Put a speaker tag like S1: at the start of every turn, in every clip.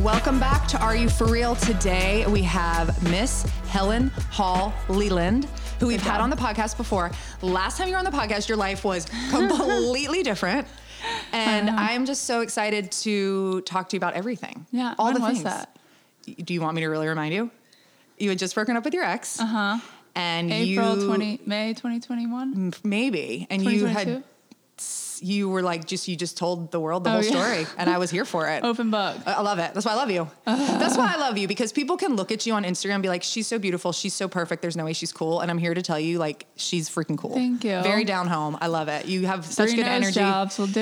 S1: Welcome back to Are You For Real? Today we have Miss Helen Hall Leland, who we've had on the podcast before. Last time you were on the podcast, your life was completely different. And I'm just so excited to talk to you about everything.
S2: Yeah,
S1: All
S2: when
S1: the
S2: was
S1: things.
S2: that?
S1: Y- Do you want me to really remind you? You had just broken up with your ex.
S2: Uh-huh.
S1: And
S2: April
S1: you,
S2: 20, May 2021.
S1: m- maybe. And you had
S2: 2022?
S1: you were like just you just told the world the
S2: Oh,
S1: whole
S2: yeah. Oh,
S1: story. And I was here for it.
S2: Open book.
S1: I I love it. That's why I love you. That's why I love you because people can look at you on Instagram and be like, she's so beautiful. She's so perfect. There's no way she's cool. And I'm here to tell you, like, she's freaking cool.
S2: Thank you.
S1: Very down home. I love it. You have such
S2: Three
S1: good
S2: nose
S1: energy.
S2: jobs will do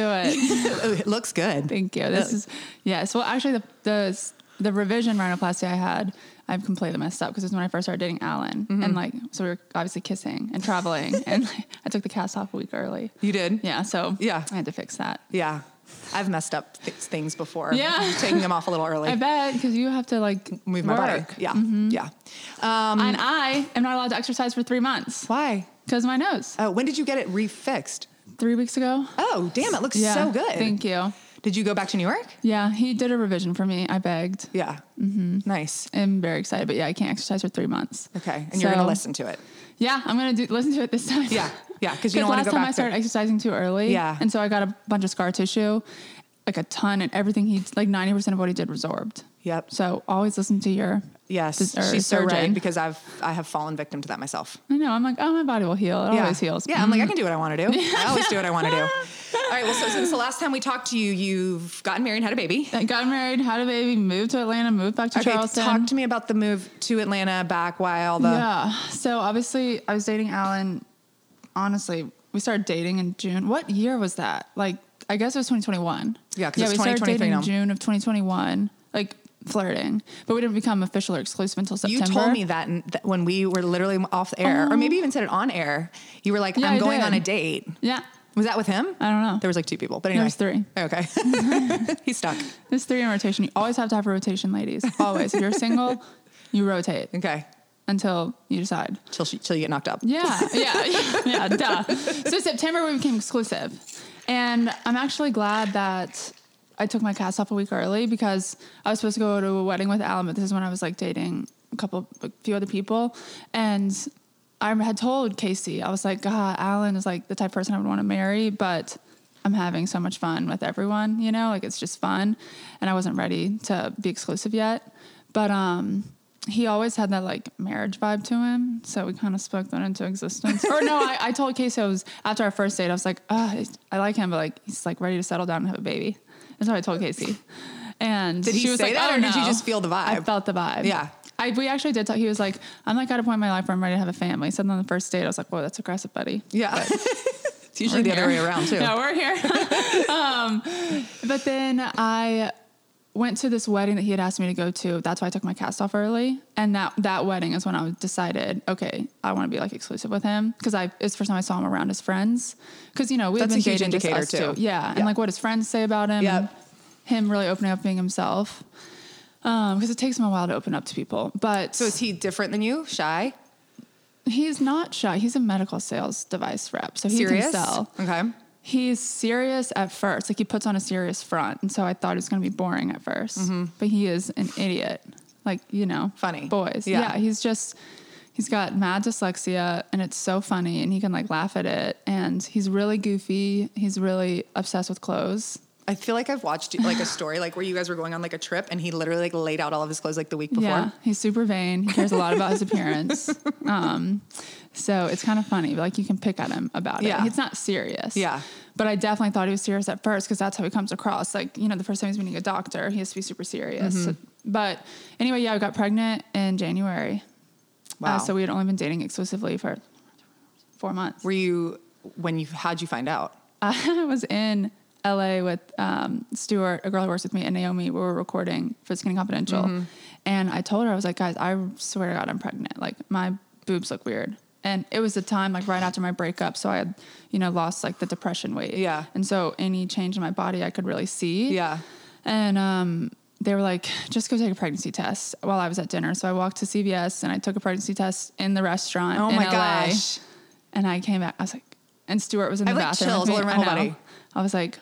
S2: it.
S1: it looks good.
S2: Thank you. This is yes. Well, actually, the the the revision rhinoplasty I had, I've completely messed up because it's when I first started dating Alan,
S1: Mm-hmm.
S2: and like so we were obviously kissing and traveling, and like, I took the cast off a week early.
S1: You did?
S2: Yeah. So
S1: Yeah.
S2: I had to fix that.
S1: Yeah. I've messed up th- things before.
S2: Yeah.
S1: Taking them off a little early.
S2: I bet because you have to like
S1: Move my
S2: work.
S1: body. Yeah.
S2: Mm-hmm.
S1: Yeah. Um,
S2: And I am not allowed to exercise for three months
S1: why?
S2: because my nose.
S1: Oh, when did you get it refixed?
S2: Three weeks ago.
S1: Oh, damn. It looks
S2: Yeah.
S1: so good.
S2: Thank you.
S1: Did you go back to New York?
S2: Yeah, he did a revision for me. I begged.
S1: Yeah. Mm-hmm. Nice.
S2: I'm very excited, but yeah, I can't exercise for three months.
S1: Okay. And you're going to
S2: So-
S1: listen to it.
S2: Yeah, I'm gonna do listen to it this time.
S1: Yeah, yeah, 'cause you don't wanna
S2: last
S1: go
S2: time
S1: back
S2: I
S1: to-
S2: started exercising too early.
S1: Yeah.
S2: and so I got a bunch of scar tissue, like a ton, and everything he like ninety percent of what he did resorbed.
S1: Yep.
S2: So always listen to your.
S1: Yes,
S2: dis- or
S1: she's so right
S2: surgeon.
S1: because I've I have fallen victim to that myself.
S2: I know. I'm like, oh, my body will heal. It always heals. Mm-hmm.
S1: Yeah, I'm like I can do what I want to do. I always do what I want to do. All right. Well, so since the last time we talked to you, you've gotten married, and had a baby.
S2: I got married, had a baby, moved to Atlanta, moved back to
S1: Okay,
S2: Charleston.
S1: talk to me about the move to Atlanta back. Why all the?
S2: yeah. So obviously, I was dating Alan. Honestly, we started dating in June. What year was that? Like, I guess it was 2021.
S1: Yeah, 'cause
S2: yeah,
S1: it's
S2: we started
S1: 2023
S2: dating
S1: now.
S2: in June of 2021. Like flirting, but we didn't become official or exclusive until
S1: You
S2: September. Oh.
S1: told me that, in- that when we were literally off the air, or maybe even said it on air. You were like,
S2: Yeah,
S1: "I'm
S2: I
S1: going
S2: did.
S1: on a date."
S2: Yeah,
S1: Was that with him?
S2: I don't know.
S1: There was like two people, but anyway,
S2: was three.
S1: Okay, he's stuck.
S2: This three in rotation. You always have to have a rotation, ladies. Always. if you're single, you rotate
S1: Okay,
S2: until you decide.
S1: till she, till you get knocked up.
S2: Yeah, yeah, yeah, duh. So September we became exclusive. And I'm actually glad that I took my cast off a week early because I was supposed to go to a wedding with Alan, but this is when I was like dating a couple, a few other people. And I had told Casey, I was like, God, Alan is like the type of person I would want to marry, but I'm having so much fun with everyone, you know, like it's just fun. And I wasn't ready to be exclusive yet. But um he always had that like marriage vibe to him. So we kind of spoke that into existence. or no, I, I told Casey I was after our first date, I was like, oh, I like him, but like he's like ready to settle down and have a baby. That's what I told Casey. And
S1: Did he
S2: she was
S1: say
S2: like,
S1: that,
S2: oh,
S1: or did you
S2: no."
S1: just feel the
S2: I
S1: vibe?
S2: felt the vibe.
S1: Yeah.
S2: I, we actually did talk. He was like, I'm like at a point in my life where I'm ready to have a family. So then on the first date, I was like, whoa, that's aggressive, buddy.
S1: Yeah, it's usually the
S2: We're
S1: other way
S2: here.
S1: around too.
S2: No, we're here. um, but then I went to this wedding that he had asked me to go to. That's why I took my cast off early. And that that wedding is when I decided, okay, I want to be like exclusive with him because I it's the first time I saw him around his friends. Because you know we've
S1: That's a
S2: been
S1: huge
S2: dating just
S1: indicator,
S2: us
S1: too.
S2: two, yeah.
S1: Yeah.
S2: And like what his friends say about him,
S1: Yep.
S2: and him really opening up, being himself. Because it takes him a while to open up to people, but
S1: So is he different than you? Shy?
S2: he's not shy. He's a medical sales device rep, so he
S1: Serious?
S2: can sell.
S1: Okay.
S2: He's serious at first. Like he puts on a serious front. And so I thought it was going to be boring at 1st But he is an idiot. Like, you know,
S1: Mm-hmm. Funny.
S2: Boys.
S1: Yeah.
S2: Yeah. He's just, he's got mad dyslexia and it's so funny and he can like laugh at it. And he's really goofy. He's really obsessed with clothes.
S1: I feel like I've watched like a story like where you guys were going on like a trip and he literally like laid out all of his clothes like the week before.
S2: Yeah. Uh, He's super vain. He cares a lot about his appearance. Um, so it's kind of funny. Like you can pick at him about
S1: Yeah.
S2: it. It's not serious.
S1: Yeah.
S2: But I definitely thought he was serious at first because that's how he comes across. Like, you know, the first time he's meeting a doctor, he has to be super serious. So-
S1: Mm-hmm.
S2: but anyway, yeah, I got pregnant in January.
S1: Wow.
S2: Uh, so we had only been dating exclusively for four months.
S1: Were you when you how'd you find out?
S2: I was in LA with um, Stuart, a girl who works with me, and Naomi. We were recording for Skinny Confidential.
S1: Mm-hmm.
S2: And I told her, I was like, guys, I swear to God, I'm pregnant. Like, my boobs look weird. And it was the time, like, right after my breakup. So I had, you know, lost like the depression weight.
S1: Yeah.
S2: And so any change in my body I could really see.
S1: Yeah.
S2: And um, they were like, just go take a pregnancy test while I was at dinner. So I walked to CVS and I took a pregnancy test in the restaurant.
S1: Oh
S2: in
S1: my
S2: LA.
S1: gosh.
S2: And I came back. I was like, and Stuart was in
S1: I
S2: the
S1: have, like,
S2: bathroom.
S1: chills
S2: with me.
S1: all over my
S2: I
S1: whole
S2: know.
S1: body.
S2: I was like,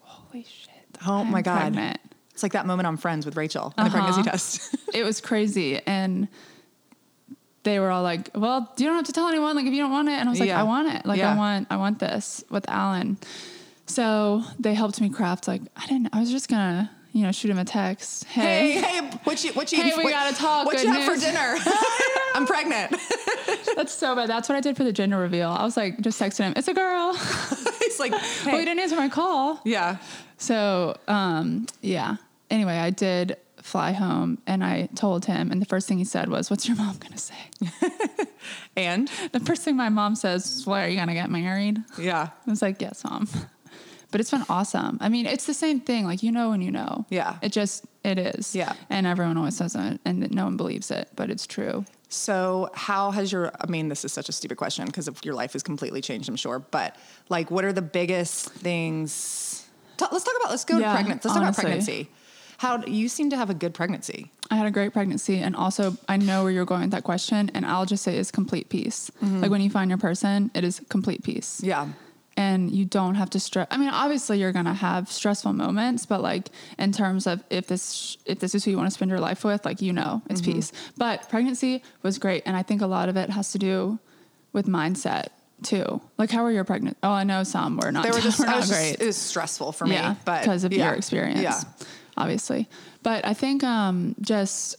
S2: holy shit.
S1: Oh my
S2: I'm
S1: God.
S2: pregnant. Uh-huh.
S1: It's like that moment on Friends with Rachel and the pregnancy test.
S2: it was crazy and they were all like well you don't have to tell anyone like if you don't want it and i was like
S1: Yeah.
S2: i want it like
S1: Yeah.
S2: i want i want this with alan so they helped me craft like i didn't i was just gonna you know shoot him a text hey,
S1: hey, hey, what you what you
S2: Hey, we
S1: what,
S2: gotta talk,
S1: What
S2: good
S1: you have for
S2: news.
S1: dinner? I'm pregnant.
S2: that's so bad that's what i did for the gender reveal i was like just texting him it's a girl
S1: it's like hey.
S2: well you didn't answer my call
S1: yeah.
S2: So, um, yeah. Anyway, I did fly home and I told him, and the first thing he said was, What's your mom gonna say?
S1: And
S2: the first thing my mom says is, Well, are you gonna get married?
S1: yeah.
S2: I was like, Yes, mom. But it's been awesome. I mean, it's the same thing. Like, you know when you know.
S1: Yeah.
S2: It just, it is.
S1: Yeah.
S2: And everyone always says it, and no one believes it, but it's true.
S1: So, how has your, I mean, this is such a stupid question because your life has completely changed, I'm sure, but like, what are the biggest things? Ta- let's talk about, let's go
S2: Yeah,
S1: to pregnancy. Let's
S2: honestly.
S1: talk about pregnancy. How do- you seem to have a good pregnancy.
S2: I had a great pregnancy, and also I know where you're going with that question, and I'll just say it's complete peace. Like when you find your person, it is complete peace.
S1: Mm-hmm. Yeah.
S2: and you don't have to stress. I mean, obviously you're gonna have stressful moments, but like in terms of if this if this is who you want to spend your life with, like you know, it's
S1: Mm-hmm.
S2: peace. But pregnancy was great, and I think a lot of it has to do with mindset too. Like, how were your pregnant? Oh, I know some were not.
S1: They were just,
S2: were
S1: I
S2: not
S1: was just-
S2: great
S1: it was stressful for me,
S2: yeah,
S1: but
S2: because of
S1: yeah,
S2: your experience,
S1: Yeah.
S2: obviously. But I think um, just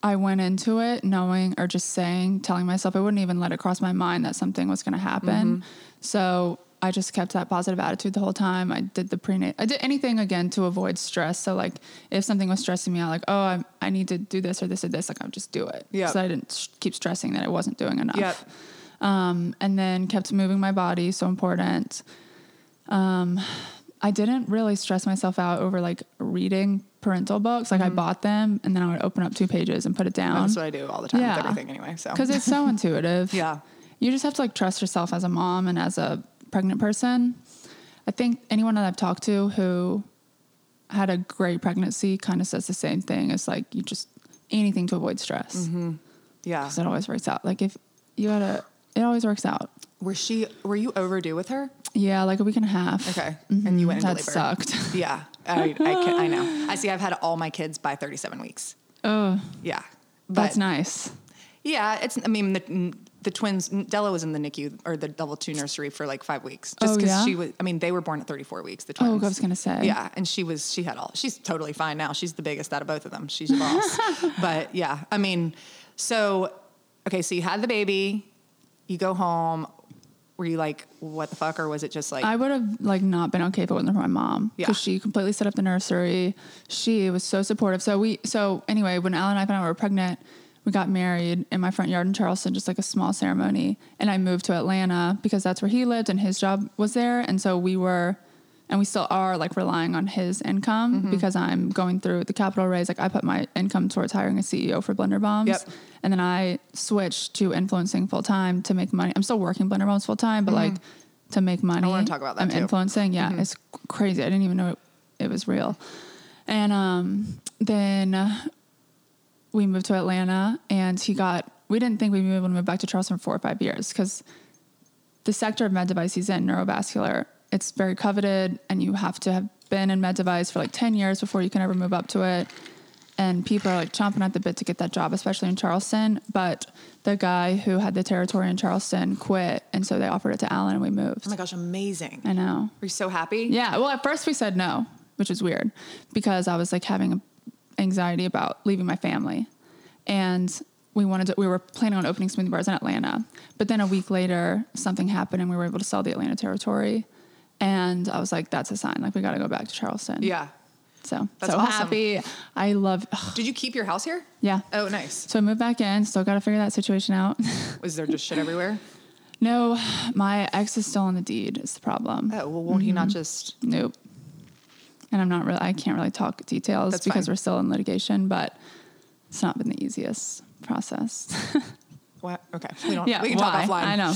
S2: I went into it knowing or just saying, telling myself I wouldn't even let it cross my mind that something was going to happen.
S1: Mm-hmm.
S2: So I just kept that positive attitude the whole time. I did the prenatal, I did anything again to avoid stress. So like if something was stressing me out, like oh I, I need to do this or this or this, like I would just do it.
S1: Yeah.
S2: So I didn't sh- keep stressing that I wasn't doing enough.
S1: Yep.
S2: Um, and then kept moving my body, so important. I didn't really stress myself out over like reading parental books. Like I bought them and then I would open up two pages and put it down.
S1: That's what Mm-hmm. Oh, I do all the time
S2: Um, Yeah.
S1: with everything anyway. So,
S2: Because it's so intuitive.
S1: Yeah.
S2: You just have to like trust yourself as a mom and as a pregnant person. I think anyone that I've talked to who had a great pregnancy kind of says the same thing. It's like you just anything to avoid stress.
S1: Mm-hmm. yeah.
S2: 'Cause it always works out. Like if you had a, it always works out.
S1: Were she, were you overdue with her?
S2: Yeah, like a week and a half.
S1: Okay. And you went into
S2: Mm-hmm. That
S1: labor.
S2: sucked.
S1: Yeah. I, I, can, I know. I see, I've had all my kids by 37 weeks.
S2: Oh,
S1: Yeah.
S2: that's
S1: But-
S2: nice.
S1: Yeah, it's. I mean, the the twins. Della was in the NICU or the level two nursery for like five weeks, just
S2: Oh,
S1: because
S2: yeah?
S1: she was. I mean, they were born at 34 weeks. The
S2: Oh, I
S1: twins.
S2: was gonna say.
S1: Yeah, and she was. She had all. She's totally fine now. She's the biggest out of both of them. She's a boss. but yeah, I mean, so okay, so you had the baby, you go home. Were you like, what the fuck, or was it just like? oh
S2: I would have like not been okay if it wasn't for my mom
S1: Yeah.
S2: because she completely set up the nursery. She was so supportive. So we so anyway, when Alan and I found out we were pregnant, we got married in my front yard in Charleston, just like a small ceremony. And I moved to Atlanta because that's where he lived and his job was there. And so we were, and we still are like relying on his income
S1: Mm-hmm.
S2: because I'm going through the capital raise. Like I put my income towards hiring a CEO for Blender Bombs.
S1: Yep.
S2: And then I switched to influencing full time to make money. I'm still working Blender Bombs full time,
S1: Mm-hmm.
S2: but like to make money.
S1: wanna talk about that
S2: I'm
S1: too. Mm-hmm.
S2: influencing. Yeah, it's crazy. I didn't even know it, it was real. And um, then uh, we moved to Atlanta, and he got. We didn't think we'd be able to move back to Charleston for four or five years because the sector of med device he's in, neurovascular, it's very coveted, and you have to have been in med device for like ten years before you can ever move up to it. And people are like chomping at the bit to get that job, especially in Charleston. But the guy who had the territory in Charleston quit, and so they offered it to Alan, and we moved.
S1: oh my gosh, amazing!
S2: I know.
S1: Were you so happy?
S2: Yeah. Well, at first we said no, which is weird because I was like having anxiety about leaving my family. And we wanted to, we were planning on opening smoothie bars in Atlanta. But then a week later, something happened and we were able to sell the Atlanta territory. And I was like, that's a sign. Like, we got to go back to Charleston.
S1: Yeah.
S2: So,
S1: That's
S2: so
S1: awesome.
S2: happy. I love,
S1: Did you keep your house here?
S2: yeah.
S1: Oh, nice.
S2: So I moved back in, still got to figure that situation out.
S1: Was there just shit everywhere?
S2: no, my ex is still on the deed, is the problem.
S1: Oh, well, won't he not
S2: Mm-hmm.
S1: just?
S2: Nope. And I'm not really, I can't really talk details
S1: That's
S2: because
S1: fine.
S2: we're still in litigation, but it's not been the easiest process.
S1: What? Okay, we don't.
S2: yeah,
S1: we can
S2: why?
S1: talk offline.
S2: I know.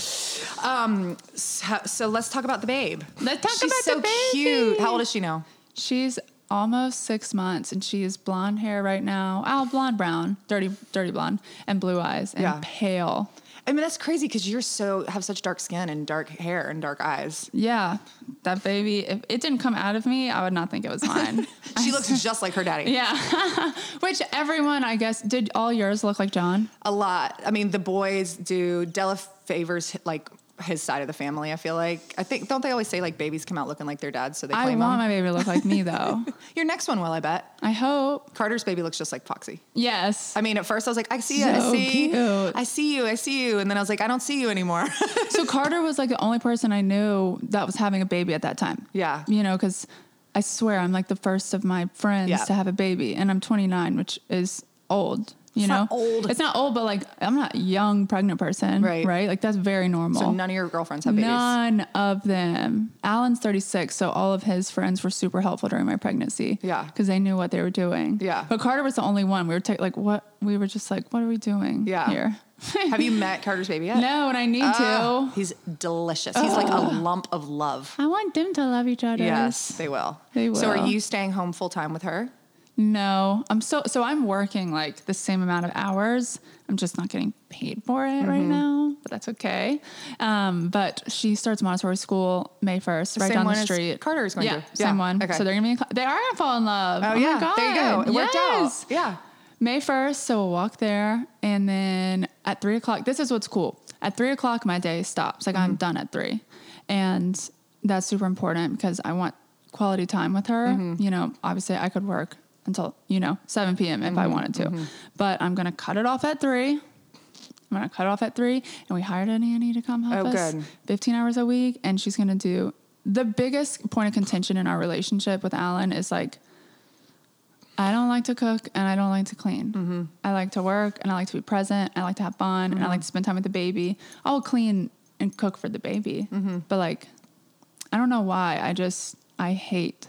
S1: Um, so, so let's talk about the babe.
S2: Let's talk
S1: She's
S2: about
S1: so
S2: the baby.
S1: cute. How old is she now?
S2: She's almost six months and she is blonde hair right now. Oh, blonde brown, dirty, dirty blonde, and blue eyes and
S1: Yeah.
S2: pale.
S1: I mean, that's crazy because you're so have such dark skin and dark hair and dark eyes.
S2: Yeah, that baby, if it didn't come out of me, I would not think it was mine.
S1: She looks just like her daddy.
S2: yeah. Which everyone, I guess, did all yours look like John?
S1: A lot. I mean, the boys do. Della favors like his side of the family. I feel like I think don't they always say like babies come out looking like their dad, so they
S2: I
S1: claim
S2: want
S1: them.
S2: my baby to look like me though.
S1: Your next one will, I bet.
S2: I hope.
S1: Carter's baby looks just like Foxy.
S2: Yes.
S1: I mean, at first I was like, I see you, I
S2: So
S1: see, you,
S2: cute.
S1: I see you, I see you, and then I was like, I don't see you anymore.
S2: So Carter was like the only person I knew that was having a baby at that time.
S1: Yeah.
S2: You know, because I swear I'm like the first of my friends
S1: Yeah.
S2: to have a baby, and I'm 29, which is old. You
S1: It's
S2: know,
S1: not old.
S2: It's not old, but like I'm not a young pregnant person,
S1: Right.
S2: Right, like that's very normal.
S1: so none of your girlfriends have babies.
S2: None of them. Alan's 36, so all of his friends were super helpful during my pregnancy.
S1: Yeah.
S2: Because they knew what they were doing.
S1: Yeah.
S2: But Carter was the only one. We were ta- like, what? We were just like, what are we doing
S1: Yeah.
S2: here?
S1: Have you met Carter's baby yet?
S2: no, and I need
S1: Ah,
S2: to.
S1: He's delicious. He's like a lump of love.
S2: I want them to love each other.
S1: Yes, they will.
S2: They
S1: So are
S2: will.
S1: you staying home full time with her?
S2: No, I'm so, so I'm working like the same amount of hours. I'm just not getting paid for it right
S1: Mm-hmm.
S2: now, but that's okay. Um, but she starts Montessori school May 1st, right
S1: same
S2: down
S1: one
S2: the
S1: as
S2: street.
S1: Carter is going
S2: yeah,
S1: to.
S2: Same
S1: Yeah,
S2: one.
S1: okay.
S2: So they're gonna be. In cla- they are gonna fall in love.
S1: Oh,
S2: my
S1: yeah,
S2: God.
S1: there you go. It worked
S2: Yes.
S1: out. Yeah.
S2: May 1st, so we'll walk there. And then at three o'clock, this is what's cool. At three o'clock, my day stops. Like I'm
S1: Mm-hmm.
S2: done at three. And that's super important because I want quality time with her.
S1: Mm-hmm.
S2: You know, obviously I could work until, you know, 7 p.m. if
S1: Mm-hmm.
S2: I wanted to, but I'm going to cut it off at three. I'm gonna cut it off at three, and we hired a nanny to come help
S1: Oh,
S2: us.
S1: good.
S2: 15 hours a week, and she's gonna do the biggest point of contention in our relationship with Alan is like, I don't like to cook and I don't like to clean.
S1: Mm-hmm.
S2: I like to work and I like to be present. I like to have fun and I
S1: Mm-hmm.
S2: like to spend time with the baby. I'll clean and cook for the baby,
S1: Mm-hmm.
S2: but like, I don't know why. I just I hate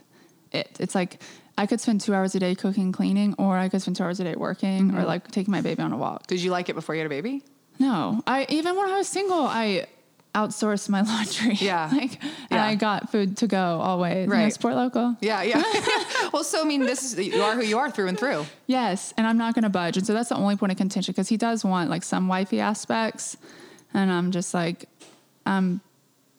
S2: it. It's like I could spend two hours a day cooking, cleaning, or I could spend two hours a day working,
S1: Mm-hmm.
S2: or like taking my baby on a walk.
S1: Did you like it before you had a baby?
S2: No, I even when I was single, I outsourced my laundry.
S1: Yeah.
S2: like and
S1: Yeah.
S2: I got food to go always. You know,
S1: Right.
S2: support local.
S1: Yeah, yeah. well, so I mean, this is you are who you are through and through.
S2: Yes, and I'm not going to budge, and so that's the only point of contention because he does want like some wifey aspects, and I'm just like, I'm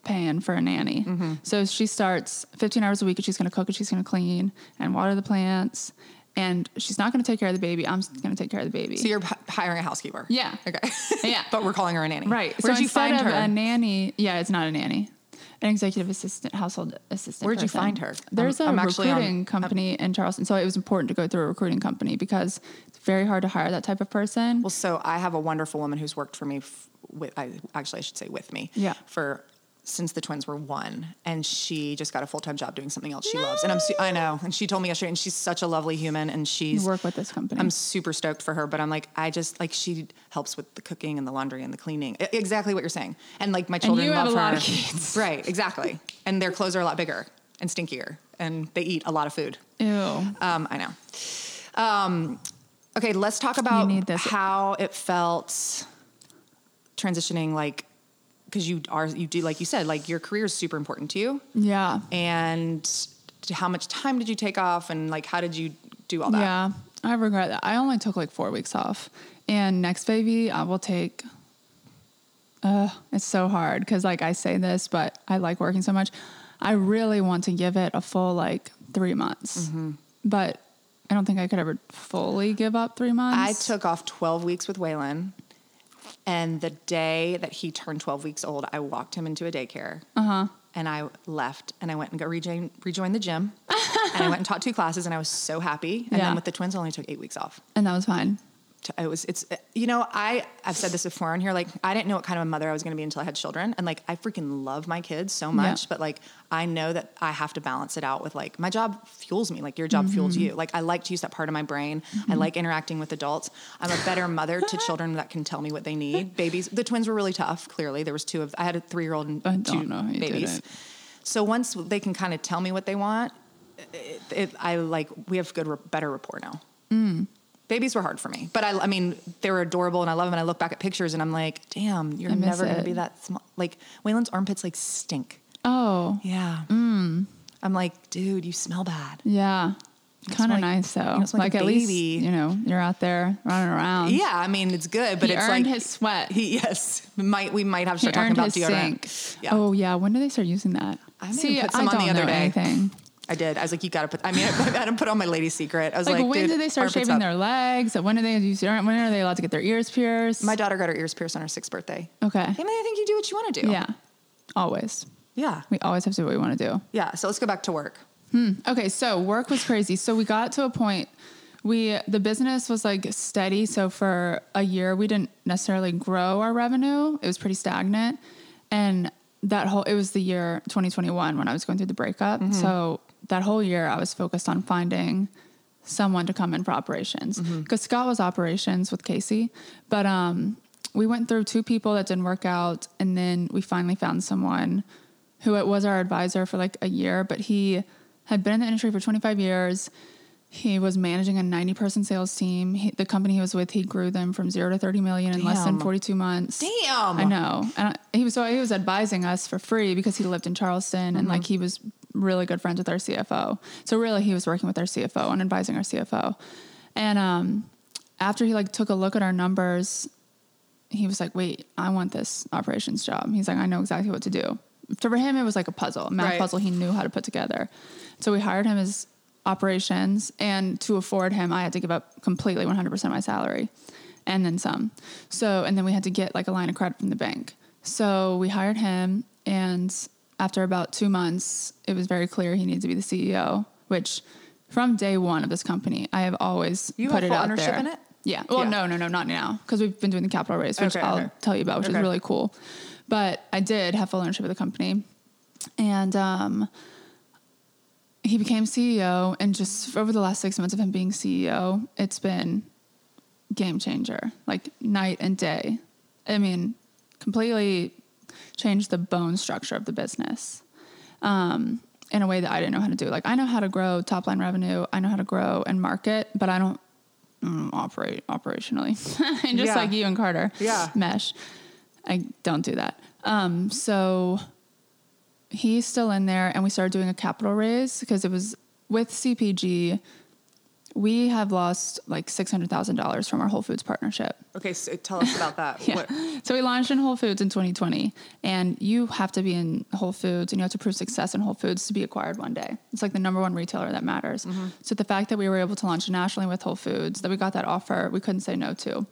S2: paying for a nanny.
S1: Mm-hmm.
S2: So she starts 15 hours a week, and she's going to cook, and she's going to clean and water the plants, and she's not going to take care of the baby. I'm going to take care of the baby.
S1: So you're h- hiring a housekeeper.
S2: Yeah.
S1: Okay.
S2: Yeah.
S1: but we're calling her a nanny.
S2: Right.
S1: Where
S2: so
S1: did you
S2: instead
S1: find
S2: of
S1: her?
S2: a nanny, yeah, it's not a nanny. An executive assistant, household assistant.
S1: Where'd you
S2: person.
S1: find her?
S2: There's
S1: I'm-
S2: a
S1: I'm actually on-
S2: recruiting company in Charleston, so it was important to go through a recruiting company because it's very hard to hire that type of person.
S1: well, so I have a wonderful woman who's worked for me. F- with I actually I should say with me.
S2: Yeah.
S1: For since the twins were one, and she just got a full time job doing something else she loves, and I'm su- I know, and she told me yesterday, and she's such a lovely human, and she's
S2: You work with this company.
S1: I'm super stoked for her, but I'm like, I just like she helps with the cooking and the laundry and the cleaning. I- exactly what you're saying. And like my children
S2: you
S1: love
S2: have a
S1: her.
S2: lot of kids.
S1: Right, exactly. and their clothes are a lot bigger and stinkier, and they eat a lot of food.
S2: Ew.
S1: Um, I know. Um, okay, let's talk about
S2: need this.
S1: how it felt transitioning, like because you are you do like you said, like your career is super important to you,
S2: Yeah.
S1: and how much time did you take off, and like how did you do all that?
S2: Yeah, I regret that. I only took like four weeks off, and next baby I will take. Uh, it's so hard because like I say this, but I like working so much. I really want to give it a full like three months,
S1: Mm-hmm.
S2: but I don't think I could ever fully give up three
S1: I
S2: months.
S1: took off 12 weeks with Waylon. And the day that he turned 12 weeks old, I walked him into a daycare. And I left and I went and got rejoined, rejoined the gym. and I went and taught two classes and I was so happy. And
S2: Yeah.
S1: then with the twins, I only took eight weeks off.
S2: and that was fine.
S1: T- It was, it's, you know, I, I've said this before on here. Like, I didn't know what kind of a mother I was going to be until I had children. And like, I freaking love my kids so much, but like, I know that I have to balance it out with like, my job fuels me. Like your job fuels
S2: Mm-hmm.
S1: you. Like I like to use that part of my brain. I like interacting with adults. I'm a better mother to children that can tell me what they need. Babies, the twins were really tough. Clearly there was two of, I had a three year old
S2: I
S1: and
S2: don't
S1: two
S2: know how you did
S1: babies.
S2: it.
S1: So once they can kind of tell me what they want, it, it, I like, we have good, rap- better rapport now babies were hard for me, but I, I mean, they were adorable and I love them. And I look back at pictures and I'm like, damn, you're
S2: I miss
S1: never going to
S2: it.
S1: be that small. Like Waylon's armpits like stink. Mm.
S2: Oh
S1: Yeah. I'm like, dude, you smell bad.
S2: yeah, Kind of
S1: like-
S2: nice though.
S1: it's like a
S2: at least
S1: baby.
S2: you know you're out there running around.
S1: Yeah, I mean it's good, but
S2: he
S1: it's
S2: earned
S1: like
S2: his sweat.
S1: he yes might we might have to
S2: He
S1: start talking
S2: earned
S1: about
S2: his
S1: deodorant.
S2: sink.
S1: Yeah.
S2: Oh yeah. When did they start using that?
S1: I made him
S2: See,
S1: put some
S2: I
S1: on the
S2: don't
S1: other
S2: know
S1: day.
S2: anything.
S1: I did. I was like, you got to put. I mean, I, had him put on my lady secret. I was
S2: Like,
S1: like,
S2: when
S1: dude,
S2: did they start
S1: armpits
S2: shaving
S1: up.
S2: their legs? When do they use deodorant? When are they allowed to get their ears pierced?
S1: My daughter got her ears pierced on her sixth birthday.
S2: okay.
S1: I mean, I think you do what you want to do.
S2: Yeah. Always.
S1: yeah,
S2: We always have to do what we want to do.
S1: yeah. So let's go back to work.
S2: Okay, so work was crazy. So we got to a point we the business was like steady. So for a year we didn't necessarily grow our revenue. It was pretty stagnant. And that whole it was the year 2021 when I was going through the breakup.
S1: Mm-hmm.
S2: So that whole year I was focused on finding someone to come in for operations because Scott was operations with Casey, but um we went through two people that didn't work out and then we finally found someone who it was our advisor for like a year, but he had been in the industry for 25 years. He was managing a 90 person sales team. He, the company he was with, he grew them from zero to 30 million in less than
S1: Damn.
S2: 42 months.
S1: Damn.
S2: I know. And I, he was, so he was advising us for free because he lived in Charleston and like he was really good friends with our CFO. So really he was working with our CFO and advising our CFO. And, um, after he like took a look at our numbers he was like, "Wait, I want this operations job." He's like, "I know exactly what to do." So for him, it was like a puzzle, a math
S1: Right.
S2: puzzle he knew how to put together. So we hired him as operations, and to afford him, I had to give up completely 100% of my salary, and then some. So and then we had to get like a line of credit from the bank. So we hired him, and after about two months, it was very clear he needed to be the CEO, which. From day one of this company, I have always
S1: You
S2: put
S1: have
S2: it
S1: full
S2: out
S1: ownership
S2: there.
S1: in it?
S2: Yeah. Well,
S1: Yeah.
S2: no, no, no, not now because we've been doing the capital raise, which
S1: Okay,
S2: I'll
S1: okay.
S2: tell you about, which
S1: Okay.
S2: is really cool. But I did have full ownership of the company, and um, he became CEO. And just over the last six months of him being CEO, it's been game changer, like night and day. I mean, completely changed the bone structure of the business um, in a way that I didn't know how to do. Like I know how to grow top line revenue, I know how to grow and market, but I don't mm, operate operationally. and just
S1: Yeah.
S2: like you and Carter,
S1: Yeah.
S2: mesh. I don't do that. Um, so he's still in there, and we started doing a capital raise because it was with CPG. We have lost like six hundred thousand dollars from our Whole Foods partnership.
S1: Okay, so tell us about that.
S2: Yeah.
S1: What-
S2: So we launched in Whole Foods in 2020, and you have to be in Whole Foods and you have to prove success in Whole Foods to be acquired one day. It's like the number one retailer that matters. So the fact that we were able to launch nationally with Whole Foods, that we got that offer, we couldn't say no to.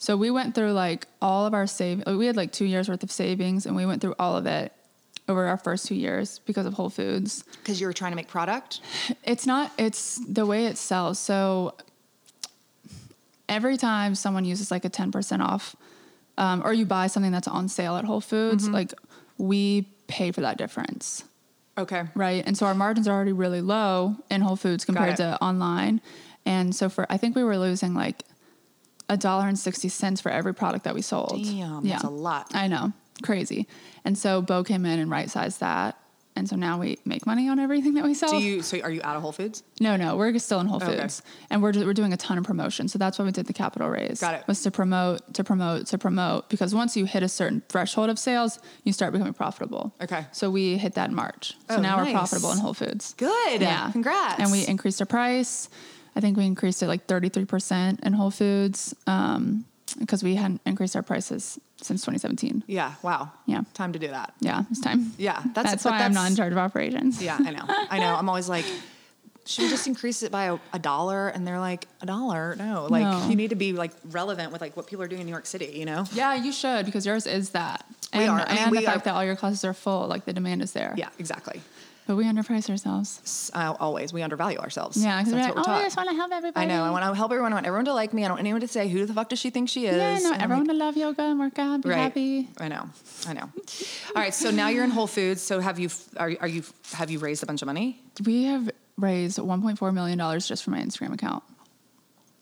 S2: So we went through like all of our savings. We had like two years worth of savings, and we went through all of it over our first two years because of Whole Foods
S1: Because you were trying to make product.
S2: it's not it's the way it sells so every time someone uses like a 10% off um, or you buy something that's on sale at whole foods
S1: Mm-hmm.
S2: like we pay for that difference
S1: Okay.
S2: right and so our margins are already really low in whole foods compared
S1: it.
S2: to online and so for i think we were losing like a dollar and 60 cents for every product that we sold
S1: Damn, that's a lot.
S2: i know crazy and so bo came in and right-sized that and so now we make money on everything that we sell
S1: Do you? So are you out of Whole Foods?
S2: no, no, we're still in Whole
S1: Okay.
S2: Foods, and we're we're doing a ton of promotion. So that's why we did the capital raise.
S1: Got it.
S2: Was to promote, to promote, to promote, because once you hit a certain threshold of sales, you start becoming profitable.
S1: Okay.
S2: So we hit that in March. So
S1: Oh,
S2: now
S1: nice.
S2: we're profitable in Whole Foods.
S1: Good.
S2: Yeah.
S1: Congrats.
S2: And we increased our price. I think we increased it like thirty three percent in Whole Foods, um, because we hadn't increased our prices since twenty seventeen.
S1: Yeah. Wow.
S2: Yeah.
S1: Time to do that.
S2: Yeah, it's time.
S1: Yeah. That's
S2: That's,
S1: but
S2: why I'm not
S1: that's-
S2: in charge of operations.
S1: Yeah, I know. I know. I'm always like, should we just increase it by a, a dollar? And they're like, a dollar? No. Like
S2: No.
S1: you need to be like relevant with like what people are doing in New York City. You know?
S2: Yeah, you should because yours is that.
S1: We
S2: and,
S1: are. I mean,
S2: and
S1: we
S2: the
S1: are-
S2: fact that all your classes are full, like the demand is there.
S1: Yeah. Exactly.
S2: But we underprice ourselves.
S1: S- uh, always we undervalue ourselves.
S2: Yeah, because
S1: that's
S2: we're
S1: what
S2: like, oh,
S1: we're
S2: I
S1: taught.
S2: just want to help everybody.
S1: I know. I want to help everyone. I want everyone to like me. I don't want anyone to say who the fuck does she think she is.
S2: Yeah, I know.
S1: And I'm
S2: Everyone
S1: like,
S2: to love yoga and work out, be
S1: right.
S2: happy.
S1: I know. I know. All right. So now you're in Whole Foods. So have you? f- Are, are you? Have you raised a bunch of money?
S2: We have raised $1.4 million just for my Instagram account,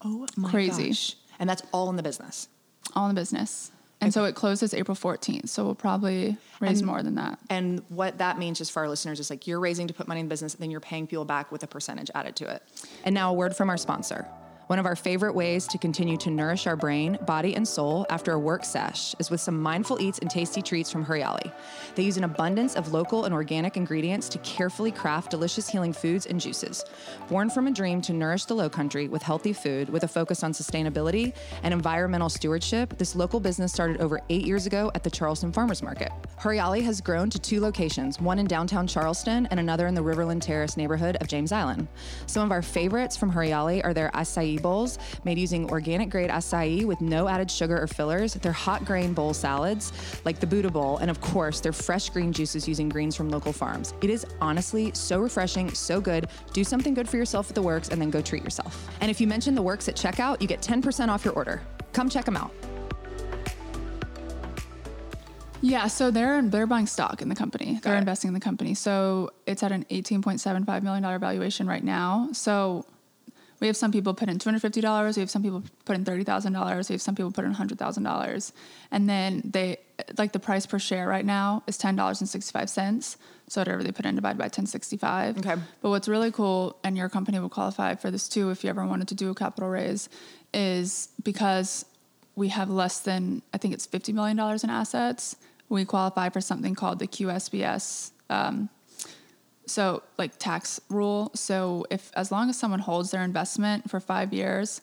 S1: Oh my
S2: Crazy.
S1: gosh. And that's all in the business.
S2: all in the business. And so it closes April 14th. So we'll probably raise more than that.
S1: And what that means, just for our listeners, is like you're raising to put money in the business, and then you're paying people back with a percentage added to it. And now a word from our sponsor. One of our favorite ways to continue to nourish our brain, body, and soul after a work sesh is with some mindful eats and tasty treats from Hurriali. They use an abundance of local and organic ingredients to carefully craft delicious healing foods and juices. Born from a dream to nourish the Low Country with healthy food with a focus on sustainability and environmental stewardship, this local business started over eight years ago at the Charleston Farmers Market. Hurriali has grown to two locations, one in downtown Charleston and another in the Riverland Terrace neighborhood of James Island. Some of our favorites from Hurriali are their acai bowls, made using organic grade acai with no added sugar or fillers, their hot grain bowl salads, like the Buddha Bowl, and of course, their fresh green juices using greens from local farms. It is honestly so refreshing, so good. Do something good for yourself at the works and then go treat yourself. And if you mention the works at checkout, you get 10% off your order. Come check them out.
S2: Yeah, so they're they're buying stock in the company. they're
S1: it.
S2: investing in the company. So it's at an eighteen point seven five million dollar valuation right now. So we have some people put in two hundred fifty dollars. We have some people put in thirty thousand dollars. We have some people put in hundred thousand dollars, and then they like the price per share right now is ten dollars and sixty five cents. So whatever they put in divided by ten sixty five.
S1: Okay.
S2: But what's really cool, and your company will qualify for this too if you ever wanted to do a capital raise, is because we have less than I think it's fifty million dollars in assets. We qualify for something called the QSBS, um, so like tax rule. So if as long as someone holds their investment for five years,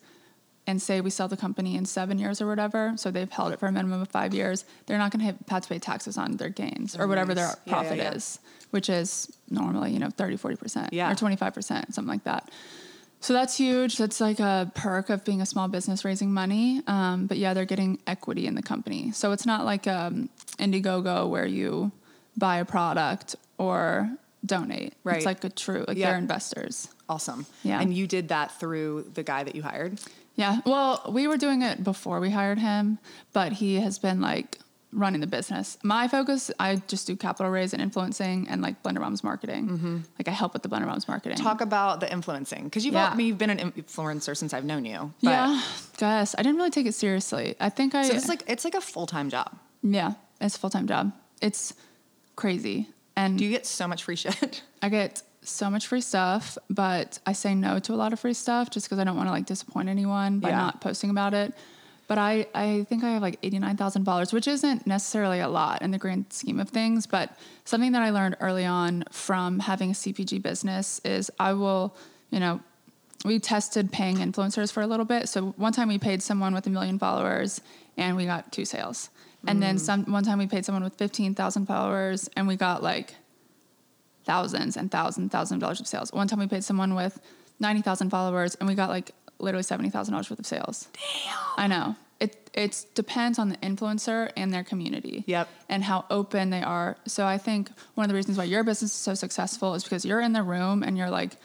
S2: and say we sell the company in seven years or whatever, so they've held it for a minimum of five years, they're not going to have to pay taxes on their gains or whatever their
S1: nice. Yeah, yeah,
S2: profit
S1: yeah.
S2: is, which is normally you know 30, 40 percent
S1: Yeah.
S2: or twenty five percent, something like that. So that's huge. That's like a perk of being a small business raising money. Um, but yeah, they're getting equity in the company. So it's not like um, Indiegogo where you buy a product or donate.
S1: Right.
S2: It's like a true, like
S1: Yeah.
S2: they're investors.
S1: Awesome.
S2: Yeah.
S1: And you did that through the guy that you hired.
S2: Yeah. Well, we were doing it before we hired him, but he has been like running the business. My focus, I just do capital raise and influencing and like Blender Moms marketing. Like I help with the Blender Moms marketing.
S1: Mm-hmm. Talk about the influencing because you've,
S2: Yeah.
S1: all- I mean, you've been an influencer since I've known you. But
S2: yeah. Gosh, I didn't really take it seriously. I think I
S1: So it's like it's like a full time job.
S2: Yeah, it's a full time job. It's crazy. And
S1: Do you get so much free shit?
S2: I get so much free stuff, but I say no to a lot of free stuff just because I don't want to like disappoint anyone by
S1: Yeah.
S2: not posting about it. But I, I think I have like 89,000 followers, which isn't necessarily a lot in the grand scheme of things. But something that I learned early on from having a CPG business is I will, you know, we tested paying influencers for a little bit. So one time we paid someone with a million followers and we got two sales. And then some one time we paid someone with 15,000 followers and we got like thousands and thousands, thousands of dollars of sales. One time we paid someone with 90,000 followers and we got like literally $70,000 worth of sales. Damn. I know. It it's depends on the influencer and their community.
S1: Yep.
S2: And how open they are. So I think one of the reasons why your business is so successful is because you're in the room and you're like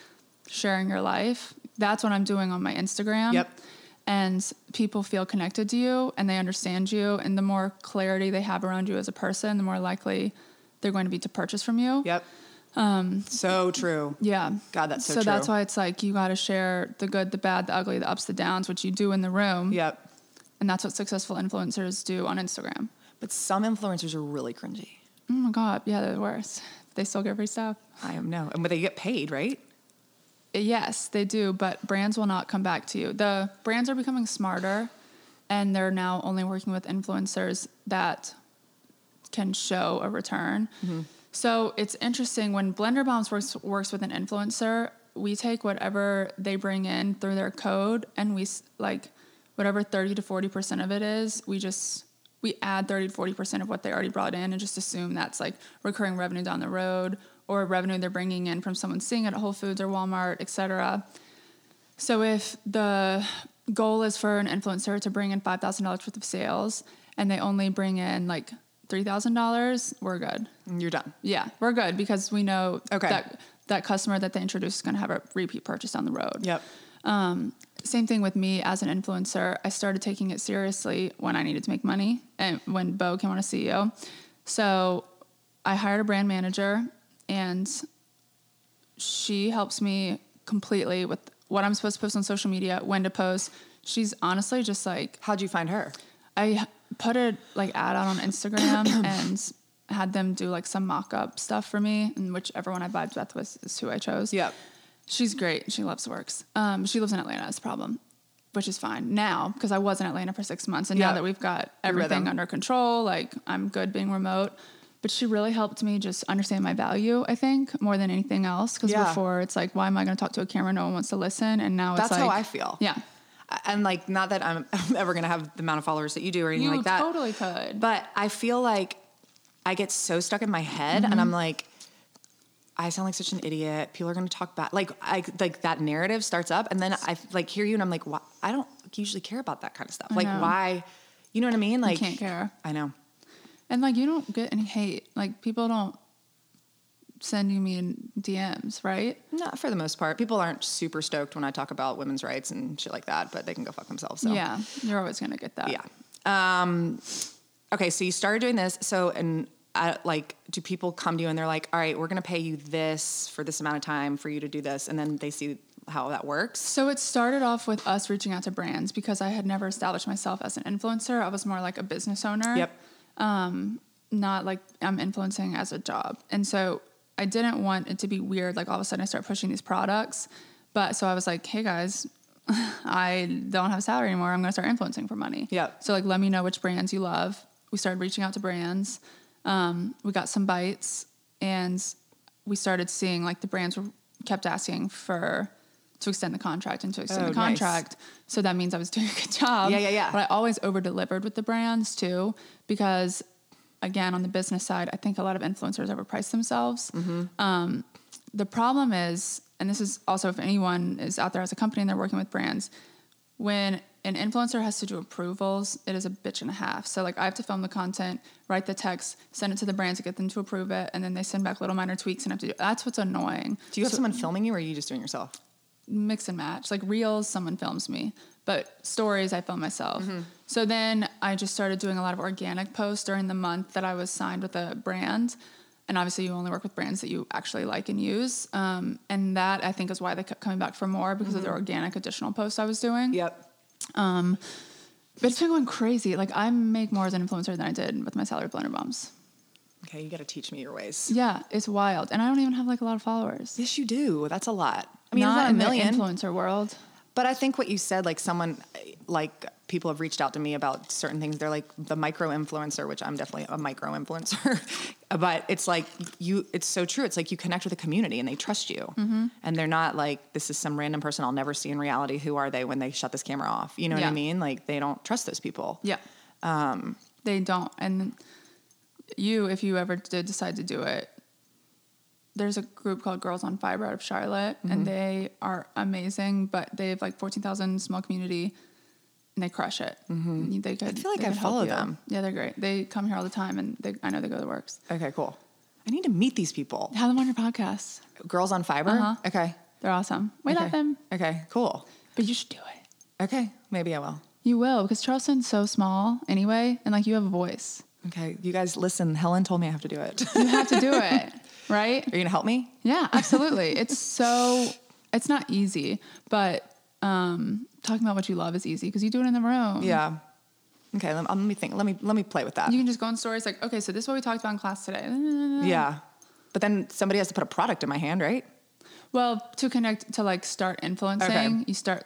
S2: sharing your life. That's what I'm doing on my Instagram.
S1: Yep.
S2: And people feel connected to you and they understand you. And the more clarity they have around you as a person, the more likely they're going to be to purchase from you.
S1: Yep. Um, so true.
S2: Yeah.
S1: God, that's so
S2: So that's
S1: true.
S2: why it's like you got to share the good, the bad, the ugly, the ups, the downs, which you do in the room.
S1: Yep.
S2: And that's what successful influencers do on Instagram.
S1: But some influencers are really cringy.
S2: Oh my God. Yeah, they're the worst. They still get free stuff.
S1: I am no, and but they get paid, right?
S2: Eh, Yes, they do, but brands will not come back to you. The brands are becoming smarter and they're now only working with influencers that can show a return. So it's interesting when Blender Bombs works, works with an influencer, we take whatever they bring in through their code and we s- like whatever 30 to 40% of it is, we just we add 30 to 40% of what they already brought in and just assume that's like recurring revenue down the road or revenue they're bringing in from someone seeing it at Whole Foods or Walmart, et cetera. So if the goal is for an influencer to bring in five thousand dollars worth of sales, and they only bring in like three thousand dollars, we're good.
S1: And You're done.
S2: Yeah, we're good because we know
S1: Okay.
S2: that that customer that they introduce is going to have a repeat purchase down the road.
S1: Yep.
S2: Same thing with me as an influencer. I started taking it seriously when I needed to make money and when Bo came on as CEO. So I hired a brand manager and she helps me completely with what I'm supposed to post on social media, when to post. She's honestly just like
S1: How'd you find her?
S2: I put a like ad out on Instagram and had them do like some mock up stuff for me, and which everyone I vibed with was is who I chose.
S1: Yep.
S2: She's great. She loves works. Um, she lives in Atlanta. Is the problem. which is fine now because I was in Atlanta for six months. And
S1: Yeah.
S2: now that we've got everything
S1: rhythm.
S2: under control, like I'm good being remote. But she really helped me just understand my value, I think, more than anything else. Because
S1: Yeah.
S2: before it's like, why am I going to talk to a camera? No one wants to listen. And now
S1: That's
S2: it's like,
S1: how I feel.
S2: Yeah.
S1: And like, not that I'm, I'm ever gonna have the amount of followers that you do or anything
S2: You
S1: like that.
S2: totally could.
S1: But I feel like I get so stuck in my head,
S2: Mm-hmm.
S1: and I'm like, I sound like such an idiot. People are going to talk back. Like, I like that narrative starts up, and then I like hear you, and I'm like, why? I don't usually care about that kind of stuff. Like,
S2: know.
S1: why? You know what I mean? Like,
S2: can't care.
S1: I know.
S2: And like, you don't get any hate. Like, people don't send you mean DMs, right?
S1: Not for the most part. People aren't super stoked when I talk about women's rights and shit like that, but they can go fuck themselves. So.
S2: Yeah. You're always going to get that.
S1: Yeah. Um, okay, so you started doing this. So, and uh like, do people come to you and they're like, all right, we're going to pay you this for this amount of time for you to do this? And then they see how that works.
S2: So it started off with us reaching out to brands because I had never established myself as an influencer. I was more like a business owner.
S1: Yep.
S2: Not like I'm influencing as a job. And so I didn't want it to be weird. Like all of a sudden I start pushing these products. But so I was like, hey guys, I don't have a salary anymore. I'm going to start influencing for money.
S1: Yep.
S2: So like, let me know which brands you love. We started reaching out to brands. Um, we got some bites, and we started seeing like the brands were kept asking for to extend the contract and to extend
S1: Oh,
S2: the
S1: nice.
S2: contract. So that means I was doing a good job.
S1: Yeah, yeah, yeah.
S2: But I always over delivered with the brands too, because again, on the business side, I think a lot of influencers overprice themselves
S1: Mm-hmm.
S2: Um, the problem is, and this is also if anyone is out there as a company and they're working with brands, when an influencer has to do approvals, it is a bitch and a half. So like I have to film the content, write the text, send it to the brands to get them to approve it, and then they send back little minor tweaks and have to do that's what's annoying.
S1: Do you have someone filming you or are you just doing yourself?
S2: Mix and match. Like reels, someone films me. But stories I film myself.
S1: Mm-hmm.
S2: So then I just started doing a lot of organic posts during the month that I was signed with a brand. And obviously, you only work with brands that you actually like and use. Um, and that I think is why they kept coming back for more because
S1: Mm-hmm.
S2: of the organic additional posts I was doing.
S1: Yep.
S2: But it's been going crazy. Like, I make more as an influencer than I did with my salary blender bombs.
S1: Okay, you got to teach me your ways.
S2: Yeah, it's wild. And I don't even have like a lot of followers.
S1: Yes, you do. That's a lot. I mean, it's
S2: Not
S1: not a
S2: in
S1: million.
S2: the influencer world.
S1: But I think what you said, like someone, like people have reached out to me about certain things. They're like the micro influencer, which I'm definitely a micro influencer. but it's like you, it's so true. It's like you connect with a community and they trust you,
S2: Mm-hmm.
S1: and they're not like this is some random person I'll never see in reality. Who are they when they shut this camera off? You know what I
S2: Yeah.
S1: mean? Like they don't trust those people.
S2: Yeah. Um, they don't. And you, if you ever did decide to do it, there's a group called Girls on Fiber out of Charlotte, and they are amazing. But they have like 14,000 small community, and they crush it. Mm-hmm. They could, I
S1: feel like I follow them.
S2: Yeah, they're great. They come here all the time, and they, I know they go to the works.
S1: Okay, cool. I need to meet these people.
S2: Have them on your podcast.
S1: Girls on Fiber.
S2: Uh-huh.
S1: Okay.
S2: They're awesome. We
S1: okay.
S2: love them,
S1: Okay, cool.
S2: but you should do it.
S1: Okay, maybe I will.
S2: You will, because Charleston's so small anyway, and like you have a voice.
S1: Okay, you guys listen. Helen told me I have to do it.
S2: You have to do it, right?
S1: Are you gonna help me?
S2: Yeah, absolutely. it's so it's not easy, but um talking about what you love is easy because you do it in the room.
S1: Yeah. Okay. Let, let me think. Let me let me play with that.
S2: You can just go on stories like, okay, so this is what we talked about in class today.
S1: yeah. But then somebody has to put a product in my hand, right?
S2: Well, to connect to like start influencing, you start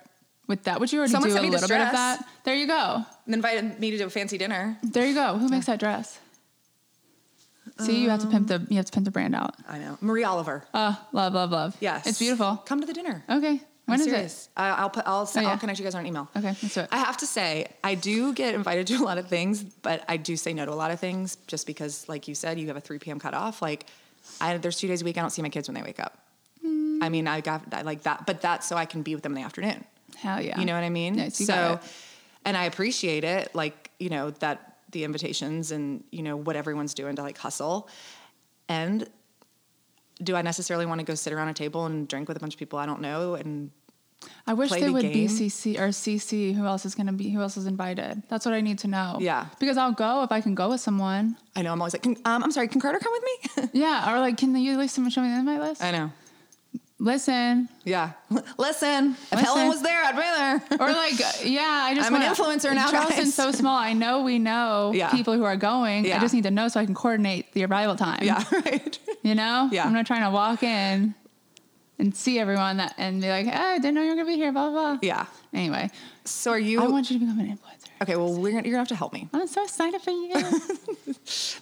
S2: with that, which you already
S1: Someone
S2: do a
S1: sent me
S2: little
S1: this
S2: bit of
S1: dress.
S2: that. There you go.
S1: And invited me to do a fancy dinner.
S2: There you go. Who makes that dress? See, you have to pimp
S1: Um.
S2: the you have to pimp the brand out.
S1: I know. Marie Oliver.
S2: Uh, love, love, love.
S1: Yes.
S2: It's beautiful.
S1: Come to the dinner.
S2: Okay.
S1: I'm
S2: when is
S1: serious. I- I'll put. I'll. send.
S2: Oh,
S1: I'll
S2: yeah.
S1: connect you guys on an email.
S2: it? Okay, let's do it.
S1: I have to say, I do get invited to a lot of things, but I do say no to a lot of things just because, like you said, you have a 3 p.m. cutoff. Like, I, there's two days a week I don't see my kids when they wake up.
S2: Hmm.
S1: I mean, I got I like that, but that's so I can be with them in the afternoon.
S2: Hell yeah.
S1: You know what I mean?
S2: Yes, you
S1: so,
S2: got it.
S1: and I appreciate it, like, you know, that the invitations and, you know, what everyone's doing to like hustle. And do I necessarily want to go sit around a table and drink with a bunch of people I don't know? And
S2: I wish
S1: play
S2: they
S1: the
S2: would
S1: game.
S2: be CC or CC. Who else is going to be? Who else is invited? That's what I need to know.
S1: Yeah.
S2: because I'll go if I can go with someone.
S1: I know I'm always like, "Can- um, I'm sorry, can Carter come with me?
S2: Yeah, or like, can you at least someone show me the invite list?
S1: I know.
S2: Listen,
S1: Yeah. Listen, if Helen
S2: Listen.
S1: was there, I'd be there.
S2: or like, yeah, I just
S1: I'm an
S2: wanna-
S1: influencer now, guys.
S2: Charleston's so small. I know we know
S1: Yeah.
S2: people who are going.
S1: Yeah.
S2: I just need to know so I can coordinate the arrival time.
S1: Yeah, right.
S2: you know.
S1: Yeah.
S2: I'm not trying to walk in. and see everyone that and be like, hey, I didn't know you were gonna be here, blah blah. blah.
S1: Yeah.
S2: Anyway,
S1: So are you?
S2: I want you to become an influencer.
S1: okay. Well, we're gonna, you're gonna have to help me.
S2: I'm so excited for you.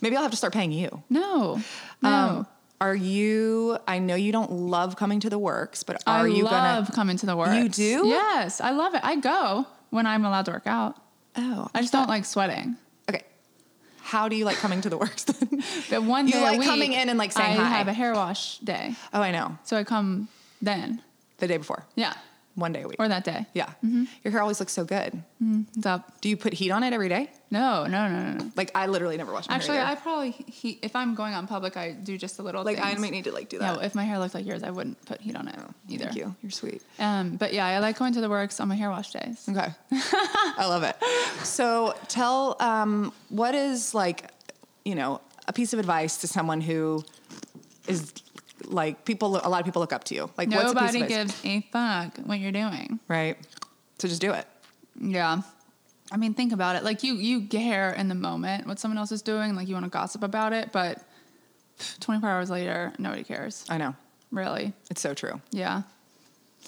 S1: Maybe I'll have to start paying you.
S2: no, no.
S1: Um, are you? I know you don't love coming to the works, but are
S2: I
S1: you
S2: love
S1: gonna?
S2: coming to the work.
S1: You do?
S2: Yes, I love it. I go when I'm allowed to work out.
S1: Oh,
S2: I just don't like sweating.
S1: okay. How do you like coming to the works? Then?
S2: But one
S1: You
S2: day a
S1: like
S2: week,
S1: coming in and, like, saying
S2: I
S1: hi.
S2: have a hair wash day,
S1: oh, I know.
S2: so I come then.
S1: The day before,
S2: Yeah,
S1: one day a week.
S2: or Mm-hmm. that day. Mm,
S1: yeah, your hair always looks so good.
S2: It's up.
S1: Do you put heat on it every day?
S2: No, no, no, no, no.
S1: Like I literally never wash my
S2: Actually,
S1: hair.
S2: I probably he, if I'm going out in public, I do just a little.
S1: like I
S2: things.
S1: might need to like do
S2: Yeah,
S1: that. Oh,
S2: well, if my hair looked like yours, I wouldn't put heat on it either.
S1: Thank you. You're sweet.
S2: Um, but yeah, I like going to the works on my hair wash days.
S1: Okay. I love it. So tell um, what is like, you know, a piece of advice to someone who is like people, a lot of people look up to you. Like, what's a piece of
S2: Nobody
S1: advice?
S2: gives a fuck what you're doing.
S1: Right. So just do it.
S2: Yeah. I mean, think about it. Like you, you care in the moment what someone else is doing. Like you want to gossip about it, but 24 hours later, nobody cares.
S1: I know.
S2: Really?
S1: It's so true.
S2: Yeah.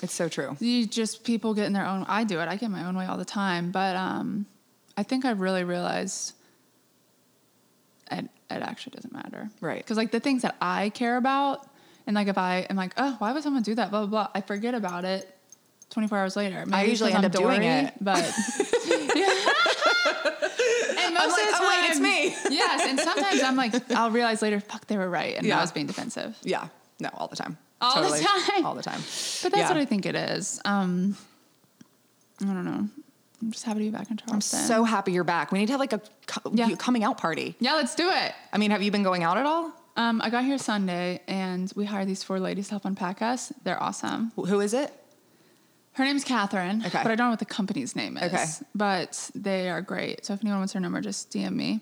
S1: It's so true.
S2: You just people get in their own. I do it. I get my own way all the time. But um, I think I really realized it. It actually doesn't matter.
S1: Right.
S2: Because like the things that I care about, and like if I am like, oh, why would someone do that? Blah blah. blah. I forget about it. 24 hours later. Maybe it's
S1: usually
S2: 'cause
S1: end
S2: I'm
S1: up doing
S2: dory,
S1: it.
S2: but and most
S1: I'm like,
S2: of the time,
S1: "Oh, wait, it's me."
S2: yes, and sometimes I'm like, I'll realize later, fuck, they were right, and
S1: Yeah.
S2: I was being defensive.
S1: Yeah. No, all the time.
S2: All the time.
S1: All the time.
S2: But that's
S1: Yeah.
S2: what I think it is. Um, I don't know. I'm just happy to be back in
S1: I'm
S2: Charleston.
S1: so happy you're back. We need to have like a co-
S2: Yeah.
S1: you- coming out party.
S2: yeah, let's do it.
S1: I mean, have you been going out at all?
S2: Um, I got here Sunday, and we hired these four ladies to help unpack us. They're awesome.
S1: Wh- Who is it?
S2: Her name's Catherine,
S1: Okay.
S2: but I don't know what the company's name is.
S1: Okay.
S2: But they are great. So if anyone wants her number, just DM me.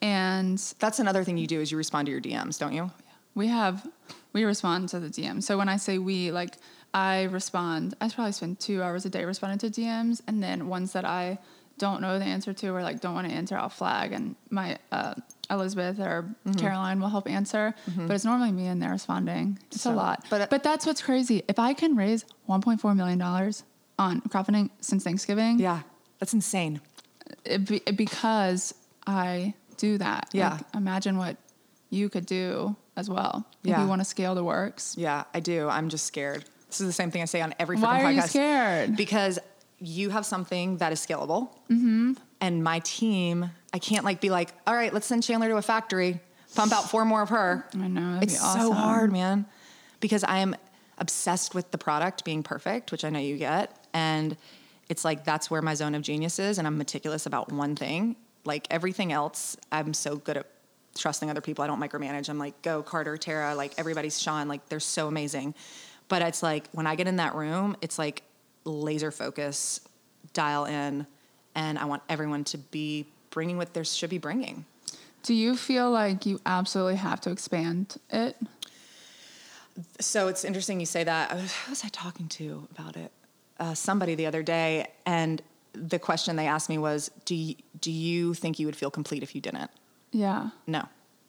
S2: And
S1: That's another thing you do is you respond to your DMs, don't you?
S2: We have, we respond to the DM. So when I say we, like I respond, I probably spend two hours a day responding to DMs. And then ones that I don't know the answer to or like don't want to answer, I'll flag. And my uh, Elizabeth or
S1: Mm-hmm.
S2: Caroline will help answer. But it's normally me and they're responding. It's
S1: So-
S2: a lot.
S1: but- uh
S2: But, but that's what's crazy. If I can raise $1.4 million on crowdfunding since Thanksgiving,
S1: Yeah. That's insane.
S2: it be, it- because I do that.
S1: Yeah.
S2: Like, imagine what you could do as well. If
S1: Yeah.
S2: you want to scale the works.
S1: Yeah, I do. I'm just scared. This is the same thing I say on every freaking
S2: Why
S1: podcast.
S2: are you scared?
S1: Because you have something that is scalable,
S2: Mm-hmm.
S1: and my team, I can't like be like, all right, let's send Chandler to a factory, pump out four more of her.
S2: I know. That'd
S1: It's
S2: be awesome.
S1: so hard, man, because I am obsessed with the product being perfect, which I know you get, and it's like that's where my zone of genius is, and I'm meticulous about one thing. Like everything else, I'm so good at trusting other people. I don't micromanage. I'm like, go Carter, Tara, like everybody's Sean, like they're so amazing. But it's like when I get in that room, it's like laser focus, dial in, and I want everyone to be bringing what they should be bringing.
S2: Do you feel like you absolutely have to expand it?
S1: So it's interesting you say that. I was, who was I talking to about it? Uh, somebody the other day, and the question they asked me was, "Do you, do you think you would feel complete if you didn't?"
S2: Yeah.
S1: No,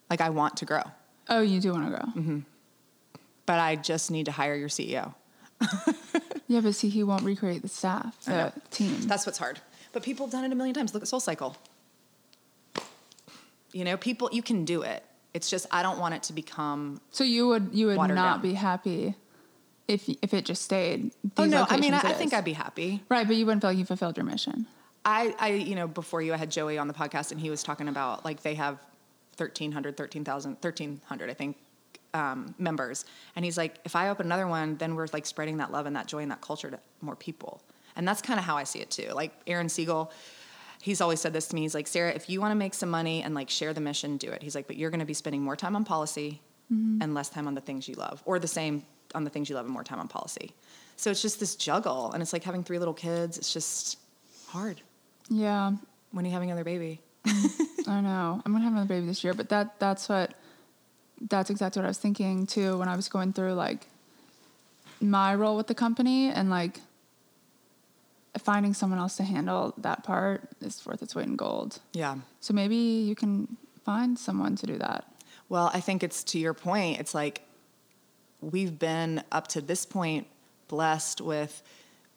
S1: like I want to grow,
S2: Oh, you do want to grow.
S1: Mm-hmm. but I just need to hire your E CEO.
S2: Yeah, but see, he won't recreate the staff,
S1: know.
S2: the team.
S1: That's what's hard. But people have done it a million times. Look at Soul Cycle. You know, people, you can do it. It's just I don't want it to become
S2: So you would you would
S1: Watered
S2: not
S1: down.
S2: be happy if if it just stayed.
S1: Oh
S2: these
S1: no! I mean, I,
S2: locations
S1: I
S2: it
S1: think
S2: is?
S1: I'd be happy.
S2: right, but you wouldn't feel like you fulfilled your mission.
S1: I, I, you know, before you, I had Joey on the podcast and he was talking about like they have 1,300, 13,000, 1,300, I think, um, members. And he's like, if I open another one, then we're like spreading that love and that joy and that culture to more people. And that's kind of how I see it too. Like Aaron Siegel, he's always said this to me. He's like, Sarah, if you want to make some money and like share the mission, do it. He's like, but you're going to be spending more time on policy and less time on the things you love, or the same on the things you love and more time on policy. So it's just this juggle. And it's like having three little kids, it's just hard
S2: Yeah.
S1: when are you having another baby?
S2: I know. I'm gonna have another baby this year, but that that's what that's exactly what I was thinking too when I was going through like my role with the company and like finding someone else to handle that part is worth its weight in gold.
S1: Yeah.
S2: So maybe you can find someone to do that.
S1: Well, I think it's to your point. It's like we've been up to this point blessed with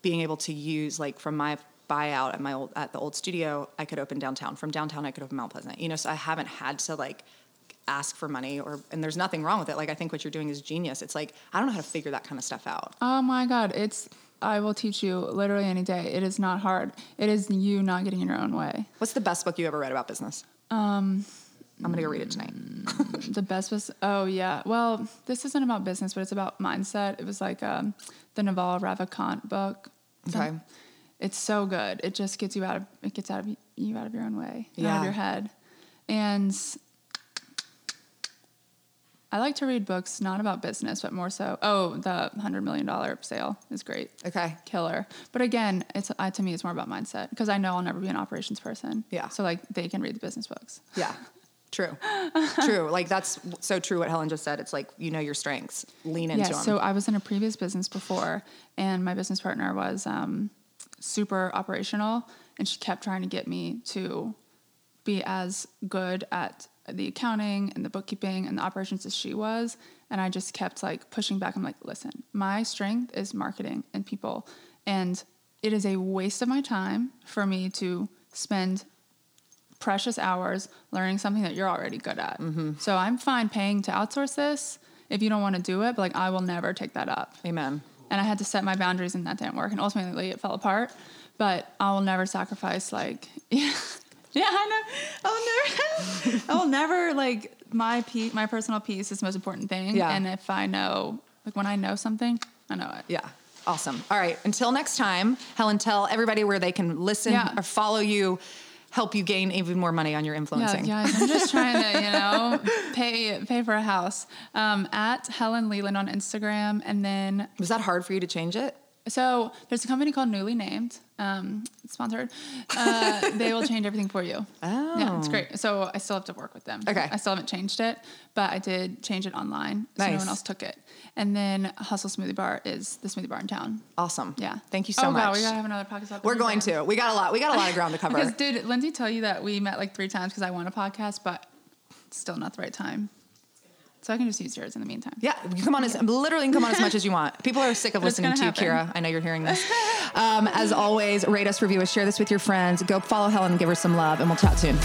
S1: being able to use like from my buyout at my old at the old studio, I could open downtown. From downtown, I could open Mount Pleasant. You know, so I haven't had to like ask for money or and there's nothing wrong with it. Like I think what you're doing is genius. It's like I don't know how to figure that kind of stuff out.
S2: Oh my God. It's, I will teach you literally any day. It is not hard. It is you not getting in your own way.
S1: What's the best book you ever read about business? Um, I'm gonna go read it tonight.
S2: The best was, oh yeah. Well, this isn't about business, but it's about mindset. It was like um, the Naval Ravikant book. So-
S1: Okay.
S2: It's so good. It just gets you out of, it gets out of y- you out of your own way, and out
S1: Yeah.
S2: of your head. And I like to read books not about business, but more so, oh, the $100 million sale is great.
S1: Okay.
S2: Killer. But again, it's I, to me, it's more about mindset because I know I'll never be an operations person.
S1: Yeah.
S2: So like they can read the business books.
S1: Yeah. True. true. Like that's so true what Helen just said. It's like you know your strengths. Lean into
S2: yeah,
S1: them.
S2: so I was in a previous business before, and my business partner was um, super operational, and she kept trying to get me to be as good at the accounting and the bookkeeping and the operations as she was. And I just kept like pushing back. I'm like, listen, my strength is marketing and people, and it is a waste of my time for me to spend precious hours learning something that you're already good at. So I'm fine paying to outsource this if you don't want to do it, but like I will never take that up.
S1: Amen.
S2: And I had to set my boundaries and that didn't work. And ultimately it fell apart, but I will never sacrifice like, yeah, yeah, I know. I'll never, I will never like my pe- my personal peace is the most important thing.
S1: Yeah.
S2: And if I know, like when I know something, I know it.
S1: Yeah. Awesome. All right. Until next time, Helen, tell everybody where they can listen
S2: Yeah.
S1: or follow you, help you gain even more money on your
S2: Yeah,
S1: influencing.
S2: guys, I'm just trying to, you know, pay pay for a house. Um, at Helen Leland on Instagram, and then
S1: Was that hard for you to change it?
S2: so there's a company called Newly Named, um, sponsored. Uh, they will change everything for you.
S1: Oh.
S2: yeah, it's great. So I still have to work with them.
S1: Okay.
S2: I still haven't changed it, but I did change it online, so no
S1: Nice.
S2: one else took it. And then Hustle Smoothie Bar is the smoothie bar in town.
S1: Awesome.
S2: Yeah,
S1: Thank you so
S2: oh,
S1: much.
S2: Wow, we gotta have another podcast. episode
S1: We're going
S2: soon.
S1: to. We got a lot. We got a lot of ground to cover.
S2: Because did Lindsay tell you that we met like three times because I want a podcast, but it's still not the right time. So I can just use yours in the meantime.
S1: Yeah, you come on as literally you can come on as much as you want. People are sick of
S2: It's
S1: listening to you,
S2: gonna
S1: Kira.
S2: happen.
S1: I know you're hearing this. Um, as always, rate us, review us, share this with your friends. Go follow Helen, give her some love, and we'll chat soon.